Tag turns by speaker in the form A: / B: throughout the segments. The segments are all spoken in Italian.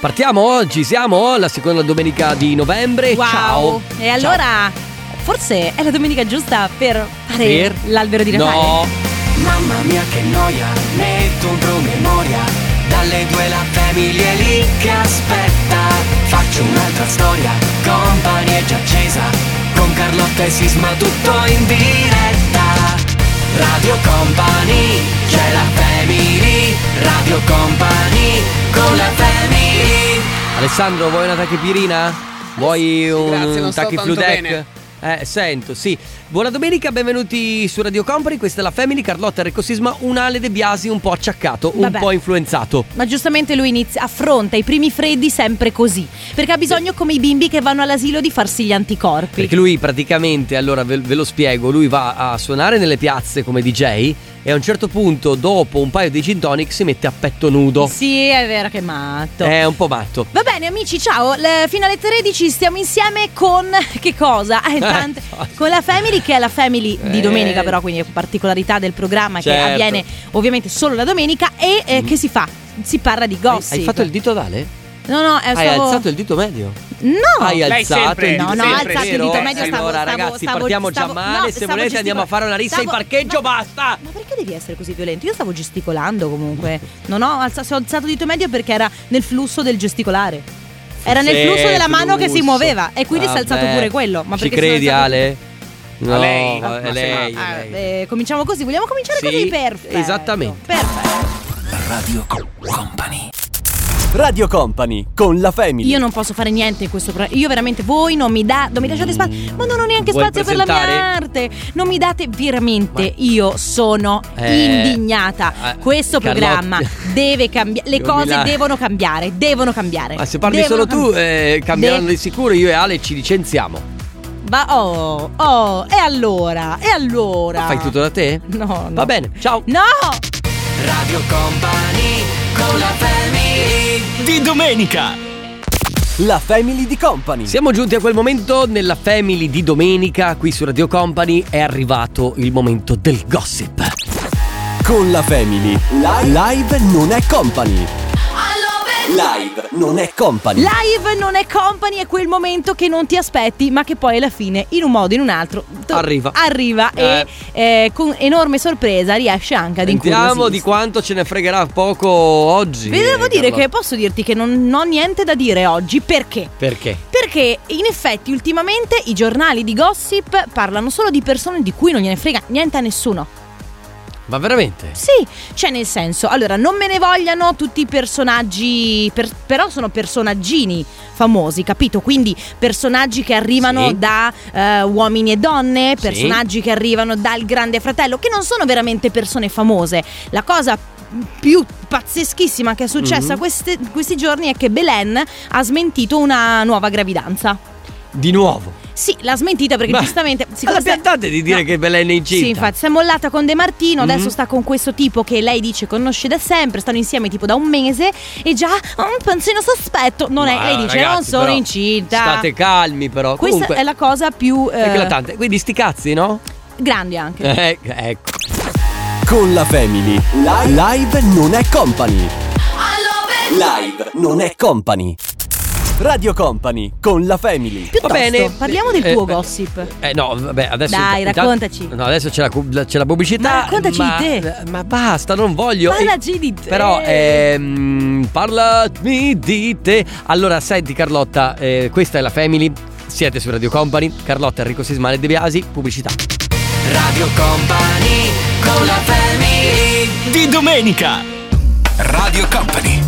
A: Partiamo, oggi siamo la seconda domenica di novembre.
B: Wow.
A: Ciao.
B: E allora, forse è la domenica giusta per fare
A: Per?
B: l'albero di Natale.
A: No.
C: Mamma mia che noia, metto un promemoria Dalle due la famiglia è lì che aspetta Faccio un'altra storia, company è già accesa Con Carlotta e Sisma tutto in diretta Radio Company, c'è la family Radio Company, con la family
A: Alessandro, vuoi una tachipirina? Vuoi un,
D: grazie, non sto tanto
A: tachifludec? Eh, sento, sì. Buona domenica, benvenuti su Radio Company. Questa è la Family, Carlotta Enrico Sisma, un Ale De Biasi un po' acciaccato, un
B: Vabbè.
A: po' influenzato.
B: Ma giustamente lui inizia, affronta i primi freddi sempre così. Perché ha bisogno, come i bimbi che vanno all'asilo, di farsi gli anticorpi.
A: Perché lui praticamente, allora ve, ve lo spiego, lui va a suonare nelle piazze come DJ e a un certo punto, dopo un paio di gin tonic, si mette a petto nudo.
B: Sì, è vero che è matto.
A: È un po' matto.
B: Va bene amici, ciao, Le- fino alle 13 stiamo insieme con che cosa? Eh, tante- Con la Family che è la Family di
A: Eh.
B: domenica però, quindi è particolarità del programma che
A: Certo. Mm.
B: avviene ovviamente solo la domenica e eh, che si fa? Si parla di gossip.
A: Hai fatto il dito d'ale?
B: No, no, è
A: Hai
B: Eh, stavo...
A: alzato il dito medio?
B: No!
A: Hai
D: Lei
A: alzato
D: sempre,
A: il
B: No,
A: dito
B: no,
A: sempre,
B: ho alzato il
A: vero?
B: dito medio, stavo,
A: Allora
B: stavo,
A: ragazzi,
B: stavo-
A: partiamo
B: stavo-
A: già male,
B: no,
A: se
B: stavo
A: volete andiamo a
B: gesticolando.
A: fare una rissa in
B: Stavo-
A: parcheggio,
B: ma-
A: basta!
B: Ma perché devi essere così violento? Io stavo gesticolando comunque. Non ho alzato, ho alzato il dito medio perché era nel flusso del gesticolare. Era nel
A: Sì,
B: flusso della mano che si
A: flusso.
B: muoveva e quindi si è alzato
A: Vabbè.
B: pure quello. Ma
A: Ci
B: perché si è
A: credi
B: alzato-
A: Ale? No,
D: A lei?
A: è
D: Ma
A: lei,
D: sì,
A: è
B: Ah,
A: lei.
B: eh, cominciamo così, vogliamo cominciare
A: Sì,
B: così? Perfetto.
A: esattamente.
B: Perfetto.
C: Radio Company Radio Company, con la family
B: Io non posso fare niente in questo programma. Io veramente voi non mi da, non mi lasciate spazio. Ma non ho neanche
A: Mm. Vuoi
B: spazio per la mia
A: presentare?
B: arte. Non mi date veramente.
A: Ma-
B: Io sono
A: Eh,
B: indignata.
A: eh,
B: Questo
A: Carlotta-
B: programma deve cambiare. Le
A: Io
B: cose
A: mi la-
B: devono cambiare. Devono cambiare.
A: Ma se parli
B: Devono
A: solo tu
B: cambi-
A: eh, cambieranno
B: De-
A: di sicuro, io e Ale ci licenziamo.
B: Va- oh, oh, e allora? E allora?
A: Ma fai tutto da te?
B: No, no.
A: Va bene, ciao.
B: No!
C: Radio Company con la family di domenica. La family di Company.
A: Siamo giunti a quel momento nella family di domenica qui su Radio Company è arrivato il momento del gossip.
C: Con la family. Live, non è company. Live non è company.
B: Live non è company, è quel momento che non ti aspetti, ma che poi alla fine, in un modo o in un altro, to-
A: Arriva.
B: Arriva
A: Eh.
B: e eh, con enorme sorpresa riesce anche ad
A: Sentiamo di
B: incuriosirsi.
A: quanto ce ne fregherà poco oggi.
B: Vi devo dire
A: Carlotta.
B: che posso dirti che non ho niente da dire oggi perché?
A: Perché?
B: Perché in effetti ultimamente i giornali di gossip parlano solo di persone di cui non gliene frega niente a nessuno.
A: Ma veramente?
B: Sì, cioè nel senso, allora non me ne vogliano tutti i personaggi, per- però sono personaggini famosi, capito? Quindi personaggi che arrivano
A: Sì.
B: da eh, uomini e donne,
A: Sì.
B: personaggi che arrivano dal Grande Fratello, che non sono veramente persone famose. La cosa più pazzeschissima che è successa
A: Mhm.
B: queste- questi giorni è che Belen ha smentito una nuova gravidanza.
A: Di nuovo.
B: Sì, l'ha smentita perché
A: Ma-
B: giustamente...
A: Ma la
B: siccome sta-
A: piantate di dire
B: No.
A: che Belen è incinta.
B: Sì, infatti, si è mollata con De Martino, adesso
A: Mhm.
B: sta con questo tipo che lei dice conosce da sempre, stanno insieme tipo da un mese e già ha un panzino sospetto. Non è,
A: Ma,
B: lei dice
A: ragazzi,
B: non sono
A: però,
B: incinta.
A: State calmi però.
B: Questa
A: Comunque,
B: è la cosa più eh,
A: eclatante. Quindi sti cazzi, no?
B: grande anche.
A: Eh, ecco.
C: Con la family. Live, non è company. Live non è company. Radio Company con la family.
B: Piuttosto,
A: Va bene.
B: parliamo del
A: Eh,
B: tuo
A: beh,
B: gossip.
A: Eh no, vabbè, adesso
B: Dai,
A: intanto-
B: raccontaci.
A: No, adesso c'è la, cu- la- c'è la pubblicità.
B: Ma raccontaci
A: ma-
B: di te.
A: Ma basta, non voglio.
B: Parlaci di te.
A: eh, Però eh, ehm, parlami di te. Allora, senti Carlotta, eh, questa è la Family. Siete su Radio Company, Carlotta Enrico Sismale De Biasi, pubblicità. Radio Company con la Family.
C: Di domenica. Radio Company.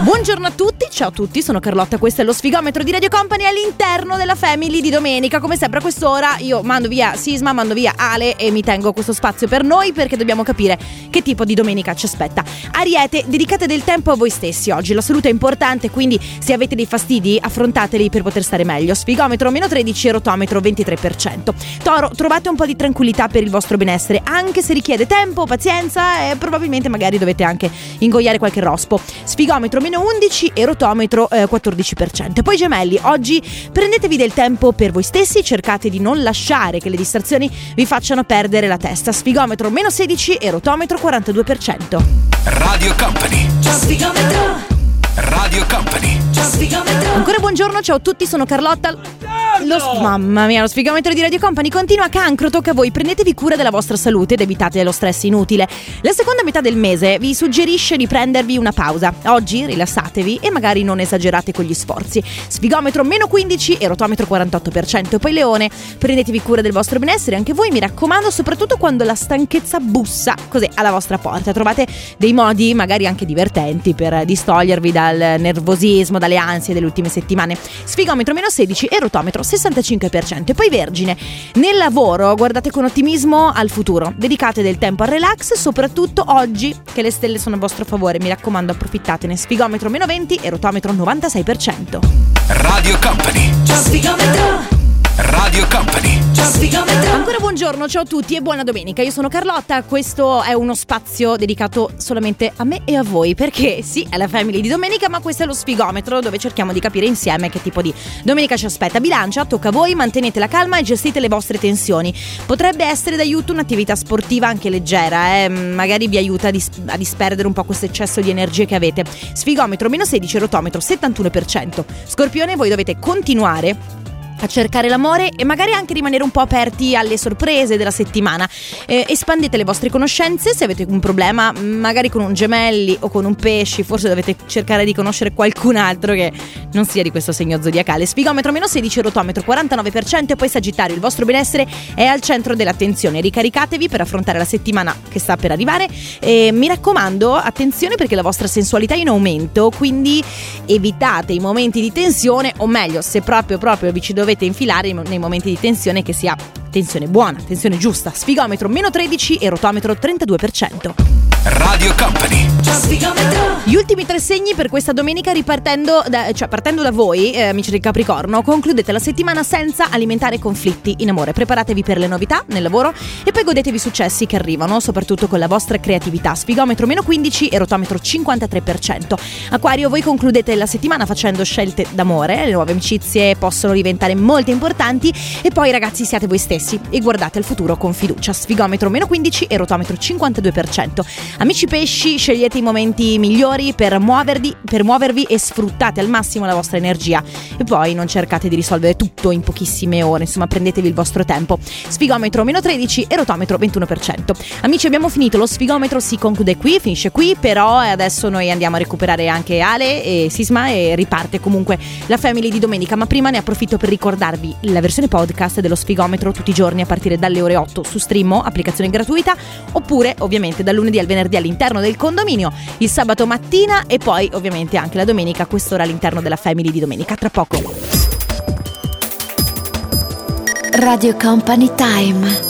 B: Buongiorno a tutti, ciao a tutti, sono Carlotta, questo è lo sfigometro di Radio Company all'interno della Family di domenica. Come sempre a quest'ora io mando via Sisma, mando via Ale e mi tengo questo spazio per noi perché dobbiamo capire che tipo di domenica ci aspetta. Ariete, dedicate del tempo a voi stessi oggi, la salute è importante, quindi se avete dei fastidi affrontateli per poter stare meglio. Sfigometro meno 13, rotometro 23%. Toro, trovate un po' di tranquillità per il vostro benessere, anche se richiede tempo, pazienza e probabilmente magari dovete anche ingoiare qualche rospo. Sfigometro meno 11 e rotometro eh, 14%. Poi gemelli, oggi prendetevi del tempo per voi stessi, cercate di non lasciare che le distrazioni vi facciano perdere la testa. Sfigometro meno 16 e rotometro 42%.
C: Radio Company. Radio Company.
B: buongiorno, ciao a tutti, sono Carlotta. Lo s- mamma mia, lo sfigametro di Radio Company continua cancro, tocca a voi, prendetevi cura della vostra salute ed evitate lo stress inutile. La seconda metà del mese vi suggerisce di prendervi una pausa. Oggi rilassatevi e magari non esagerate con gli sforzi. Sfigometro meno 15 e rotometro 48%. Poi Leone, prendetevi cura del vostro benessere anche voi, mi raccomando, soprattutto quando la stanchezza bussa così alla vostra porta. Trovate dei modi magari anche divertenti per distogliervi dal nervosismo, dalle ansie delle ultime settimane. Sfigometro meno 16 e rotometro 65%. E poi Vergine, nel lavoro guardate con ottimismo al futuro, dedicate del tempo al relax, soprattutto oggi che le stelle sono a vostro favore, mi raccomando approfittatene. Sfigometro meno 20 e rotometro 96%.
C: Radio Company. Radio Company.
B: Ancora buongiorno, ciao a tutti e buona domenica. Io sono Carlotta, questo è uno spazio dedicato solamente a me e a voi, perché sì, è la family di domenica, ma questo è lo sfigometro dove cerchiamo di capire insieme che tipo di domenica ci aspetta. Bilancia, tocca a voi, mantenete la calma e gestite le vostre tensioni. Potrebbe essere d'aiuto un'attività sportiva anche leggera, eh, magari vi aiuta a, dis- a disperdere un po' questo eccesso di energie che avete. Sfigometro meno 16, rotometro 71%. Scorpione, voi dovete continuare a cercare l'amore e magari anche rimanere un po' aperti alle sorprese della settimana. Eh, espandete le vostre conoscenze se avete un problema, magari con un gemelli o con un pesci, forse dovete cercare di conoscere qualcun altro che non sia di questo segno zodiacale. Sfigometro meno 16, rotometro 49% e poi Sagittario, il vostro benessere è al centro dell'attenzione. Ricaricatevi per affrontare la settimana che sta per arrivare e mi raccomando, attenzione perché la vostra sensualità è in aumento, quindi evitate i momenti di tensione o meglio, se proprio proprio vi ci dovete infilare nei momenti di tensione che sia tensione buona, tensione giusta. Sfigometro meno 13 e rotometro 32%.
C: Radio Company.
B: Gli ultimi tre segni per questa domenica ripartendo da, cioè partendo da voi, eh, amici del Capricorno, concludete la settimana senza alimentare conflitti in amore. Preparatevi per le novità nel lavoro e poi godetevi i successi che arrivano, soprattutto con la vostra creatività. Sfigometro meno 15 e rotometro 53%. Acquario, voi concludete la settimana facendo scelte d'amore, le nuove amicizie possono diventare molto importanti e poi ragazzi siate voi stessi e guardate al futuro con fiducia. Sfigometro meno 15 e rotometro 52%. Amici pesci, scegliete i momenti migliori per muovervi, per muovervi e sfruttate al massimo la vostra energia. E poi non cercate di risolvere tutto in pochissime ore, insomma prendetevi il vostro tempo. Sfigometro meno 13 e rotometro 21%. Amici abbiamo finito, lo sfigometro si conclude qui, finisce qui, però adesso noi andiamo a recuperare anche Ale e Sisma e riparte comunque la family di domenica, ma prima ne approfitto per ricordarvi la versione podcast dello sfigometro tutti i giorni a partire dalle ore 8 su Streammo, applicazione gratuita, oppure ovviamente dal lunedì al venerdì all'interno del condominio, il sabato mattina e poi ovviamente anche la domenica, a quest'ora all'interno della family di domenica. Tra poco.
D: Radio Company Time.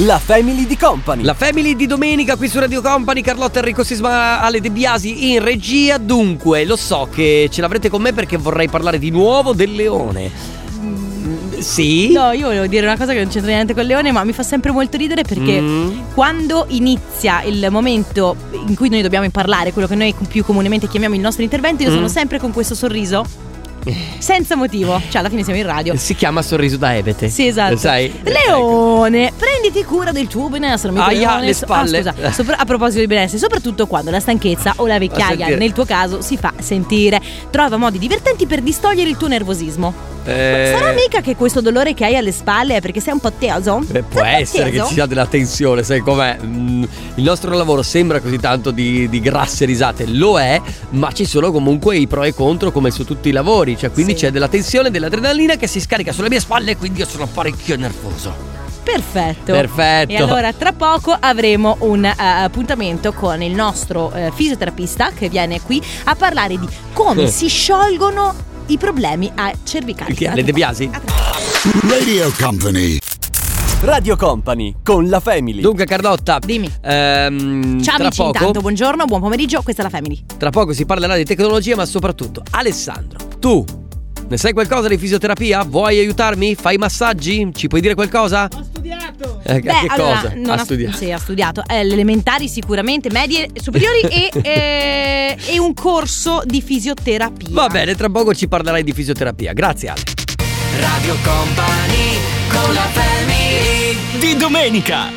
A: La family di Company. La family di domenica qui su Radio Company, Carlotta Enrico Sisma, Ale De Biasi in regia. Dunque, lo so che ce l'avrete con me perché vorrei parlare di nuovo del leone. Mm, Sì.
B: No, io volevo dire una cosa che non c'entra niente col leone, ma mi fa sempre molto ridere perché
A: Mm.
B: quando inizia il momento in cui noi dobbiamo parlare, quello che noi più comunemente chiamiamo il nostro intervento, io
A: Mm. Eh.
B: sono sempre con questo sorriso senza motivo. Cioè, alla fine siamo in radio.
A: Si chiama Sorriso da Ebete.
B: Sì, esatto.
A: Sai?
B: Leone, prenditi cura del tuo benessere. amico
A: Aia,
B: leone.
A: le
B: So-
A: spalle.
B: ah, scusa, sopra- a proposito di benessere, soprattutto quando la stanchezza o la vecchiaia,
A: sentire.
B: nel tuo caso, si fa sentire. Trova modi divertenti per distogliere il tuo nervosismo.
A: Ecco. Eh,
B: Sarà mica che questo dolore che hai alle spalle è perché sei un po' teso?
A: eh, può essere che ci sia della tensione, sai com'è? Mm, Il nostro lavoro sembra così tanto di, di grasse risate, lo è, ma ci sono comunque i pro e i contro come su tutti i lavori, cioè quindi
B: Sì.
A: c'è della tensione, dell'adrenalina che si scarica sulle mie spalle e quindi io sono parecchio nervoso.
B: Perfetto.
A: Perfetto.
B: E allora tra poco avremo un eh, appuntamento con il nostro eh, fisioterapista che viene qui a parlare di come
A: Eh.
B: si sciolgono i problemi a cervicali.
A: Chi è?
B: A
A: Le De
B: tra poco.
A: Biasi?
B: A tra-
E: Radio Company.
F: Radio Company con la Family.
A: Dunque Carlotta,
B: Dimmi.
A: ehm,
B: Ciao
A: Mm, tra
B: amici,
A: poco,
B: intanto buongiorno, buon pomeriggio, questa è la Family.
A: Tra poco si parlerà di tecnologia, ma soprattutto, Alessandro, tu ne sai qualcosa di fisioterapia? Vuoi aiutarmi? Fai massaggi? Ci puoi dire qualcosa? Ho studiato! Eh, che
B: allora,
A: cosa? ha
B: non
A: studiato.
B: Sì, ha studiato. Eh, le elementari sicuramente, medie, superiori e, eh, e un corso di fisioterapia.
A: Va bene, tra poco ci parlerai di fisioterapia. Grazie Ale.
C: Radio Company con la family.
F: Di domenica.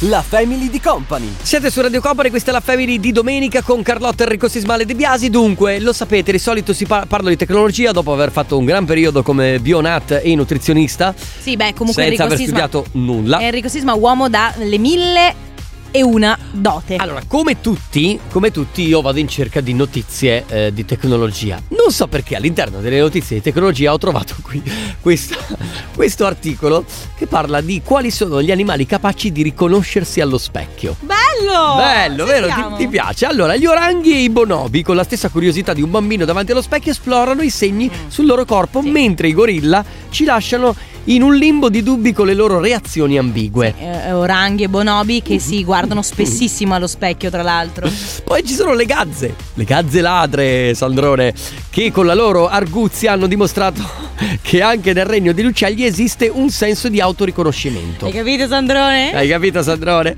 F: la Family di Company.
A: Siete su Radio Company, questa è la Family di domenica con Carlotta Enrico Sismale De Biasi. Dunque, lo sapete, di solito si par- parla di tecnologia dopo aver fatto un gran periodo come Bionat e nutrizionista.
B: Sì, beh, comunque
A: senza
B: Enrico
A: aver
B: Sisma.
A: studiato nulla.
B: Enrico Sisma, uomo dalle mille e una dote.
A: Allora, come tutti, come tutti, io vado in cerca di notizie eh, di tecnologia. Non so perché all'interno delle notizie di tecnologia ho trovato qui questa- questo articolo che parla di quali sono gli animali capaci di riconoscersi allo specchio.
B: Bello!
A: Bello, vero? Ti, ti piace? Allora, gli oranghi e i bonobi, con la stessa curiosità di un bambino davanti allo specchio, esplorano i segni sul loro corpo, mentre i gorilla ci lasciano in un limbo di dubbi con le loro reazioni ambigue.
B: Eh, oranghi e bonobi che
A: Mm-hmm.
B: si guardano spessissimo allo specchio, tra l'altro.
A: Poi ci sono le gazze, le gazze ladre, Sandrone, che con la loro arguzia hanno dimostrato che anche nel regno degli uccelli esiste un senso di autoriconoscimento.
B: Hai capito, Sandrone?
A: Hai capito, Sandrone?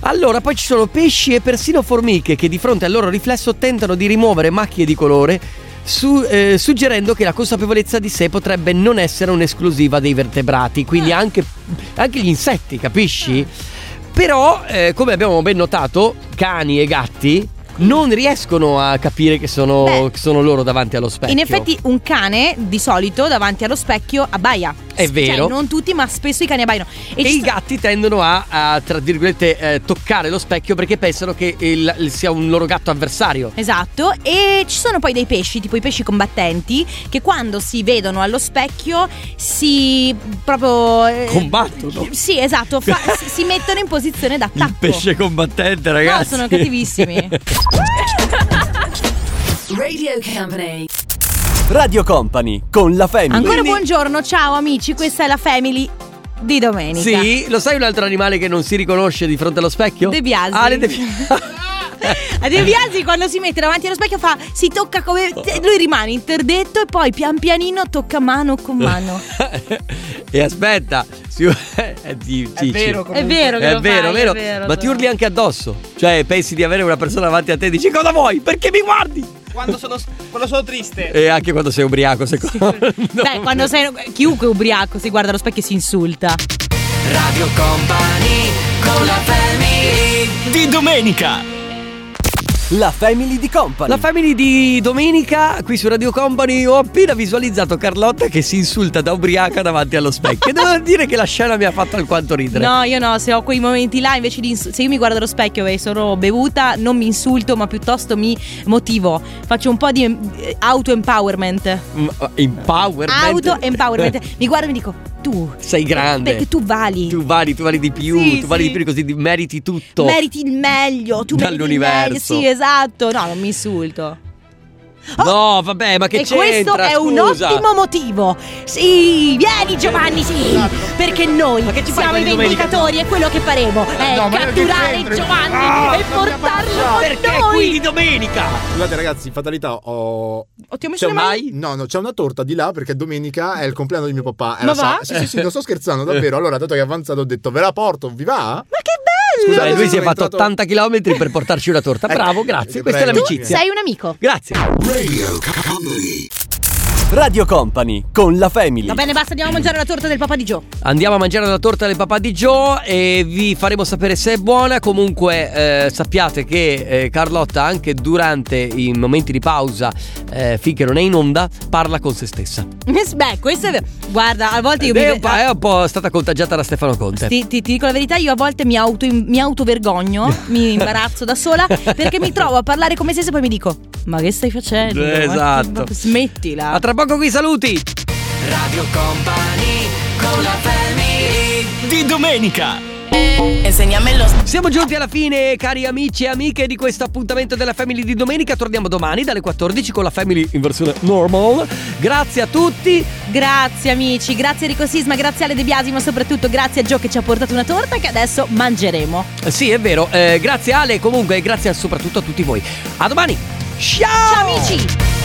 A: Allora, poi ci sono pesci e persino formiche che di fronte al loro riflesso tentano di rimuovere macchie di colore, su- eh, suggerendo che la consapevolezza di sé potrebbe non essere un'esclusiva dei vertebrati,
B: Ah.
A: quindi anche, anche gli insetti, capisci? Però, eh, come abbiamo ben notato, cani e gatti non riescono a capire che sono,
B: Beh.
A: che sono loro davanti allo specchio.
B: In effetti un cane di solito davanti allo specchio abbaia.
A: È vero.
B: Cioè, non tutti, ma spesso i cani abbaiano.
A: E
B: ci
A: i
B: sta-
A: gatti tendono a, a, tra virgolette, eh, toccare lo specchio perché pensano che il- il- sia un loro gatto avversario.
B: Esatto, e ci sono poi dei pesci, tipo i pesci combattenti, che quando si vedono allo specchio si proprio... eh,
A: Combattono.
B: Sì, esatto, fa- si, si mettono in posizione d'attacco.
A: combattente,
B: No, sono cattivissimi.
F: Radio Company con la Family.
B: Ancora
A: Quindi-
B: buongiorno, ciao amici, questa è la Family di domenica.
A: sì, lo sai un altro animale che non si riconosce di fronte allo specchio?
B: De Biasi.
A: Ale Ah, De Biasi.
B: A De Biasi quando si mette davanti allo specchio fa si tocca come cioè, lui rimane interdetto e poi pian pianino tocca mano con mano.
A: e aspetta, si... eh, ti- ci-
B: È vero che
A: È
B: lo
A: vero,
B: fai,
A: vero.
B: è vero.
A: ma ti urli anche addosso. Cioè, pensi di avere una persona davanti a te e dici cosa vuoi? Perché mi guardi?
G: Quando sono, quando sono triste.
A: E anche quando sei ubriaco, secondo me.
B: Beh, quando sei chiunque ubriaco si guarda allo specchio e si insulta.
C: Radio Company con la family
G: Di domenica.
F: La Family di Company.
A: La family di domenica qui su Radio Company ho appena visualizzato Carlotta che si insulta da ubriaca davanti allo specchio. E Devo dire che la scena mi ha fatto alquanto ridere.
B: No, io no, se ho quei momenti là invece di insu- se io mi guardo allo specchio e sono bevuta, non mi insulto, ma piuttosto mi motivo. Faccio un po' di eh, auto-empowerment.
A: Mm, Empowerment.
B: Auto-empowerment. Mi guardo e mi dico "Tu
A: Sei grande.
B: perché tu vali.
A: Tu vali, tu vali di più,
B: Sì,
A: tu vali
B: sì.
A: di più così di- meriti tutto.
B: Meriti il meglio, tu meriti il
A: Dall'universo.
B: meglio. Sì, esatto. No, non mi insulto.
A: No, vabbè, ma che
B: Oh! e
A: c'entra?
B: questo è un
A: scusa.
B: ottimo motivo. Sì, vieni Giovanni, sì. Perché noi
A: Esatto. che ci fai
B: siamo i
A: per domenica?
B: vendicatori e quello che faremo
A: Eh,
B: è catturare
A: Ah,
B: Giovanni e portarlo con
A: Perché
B: noi.
A: qui di domenica?
H: Scusate ragazzi, fatalità, ho...
B: Oh, ti ho messo
A: Cioè,
B: le mani.
A: mai?
H: No, no, c'è una torta di là perché domenica è il compleanno di mio papà. È
B: Ma
H: la sa-
B: va?
H: Sì, sì, sì, non sto scherzando, davvero. Allora, dato che è avanzato, ho detto, ve la porto, vi va?
B: Ma che bello!
H: Scusa,
A: Beh, lui si è
H: sono
A: fatto
H: entrato-
A: 80 km per portarci una torta.
H: Eh,
A: Bravo, grazie.
H: eh,
A: Questa è
H: prego.
B: tu
A: l'amicizia.
B: sei un amico.
A: Grazie.
E: Radio Company.
F: Radio Company con la Family.
B: Va bene, basta, andiamo a mangiare la torta del papà di Joe.
A: Andiamo a mangiare la torta del papà di Joe e vi faremo sapere se è buona. Comunque eh, sappiate che eh, Carlotta anche durante i momenti di pausa, eh, finché non è in onda, parla con se stessa.
B: Beh, questo è vero. Guarda, a volte io
A: Ed
B: mi
A: è, un po', è un po' stata contagiata da Stefano Conte.
B: Ti, ti- ti dico la verità, io a volte mi, auto, mi autovergogno, mi imbarazzo da sola perché mi trovo a parlare come se e poi mi dico: Ma che stai facendo? Ma-
A: Esatto. A
B: Smettila.
A: tra poco qui saluti.
C: Radio Company con la family
G: Di domenica.
A: Siamo giunti alla fine, cari amici e amiche di questo appuntamento della Family di domenica. Torniamo domani dalle 14 con la Family in versione normal. Grazie a tutti.
B: Grazie amici, grazie Enrico Sisma, grazie Ale De Biasi, ma soprattutto grazie a Gio che ci ha portato una torta che adesso mangeremo.
A: Eh, Sì, è vero. Eh, grazie Ale, comunque, grazie a- soprattutto a tutti voi. A domani.
B: Ciao amici!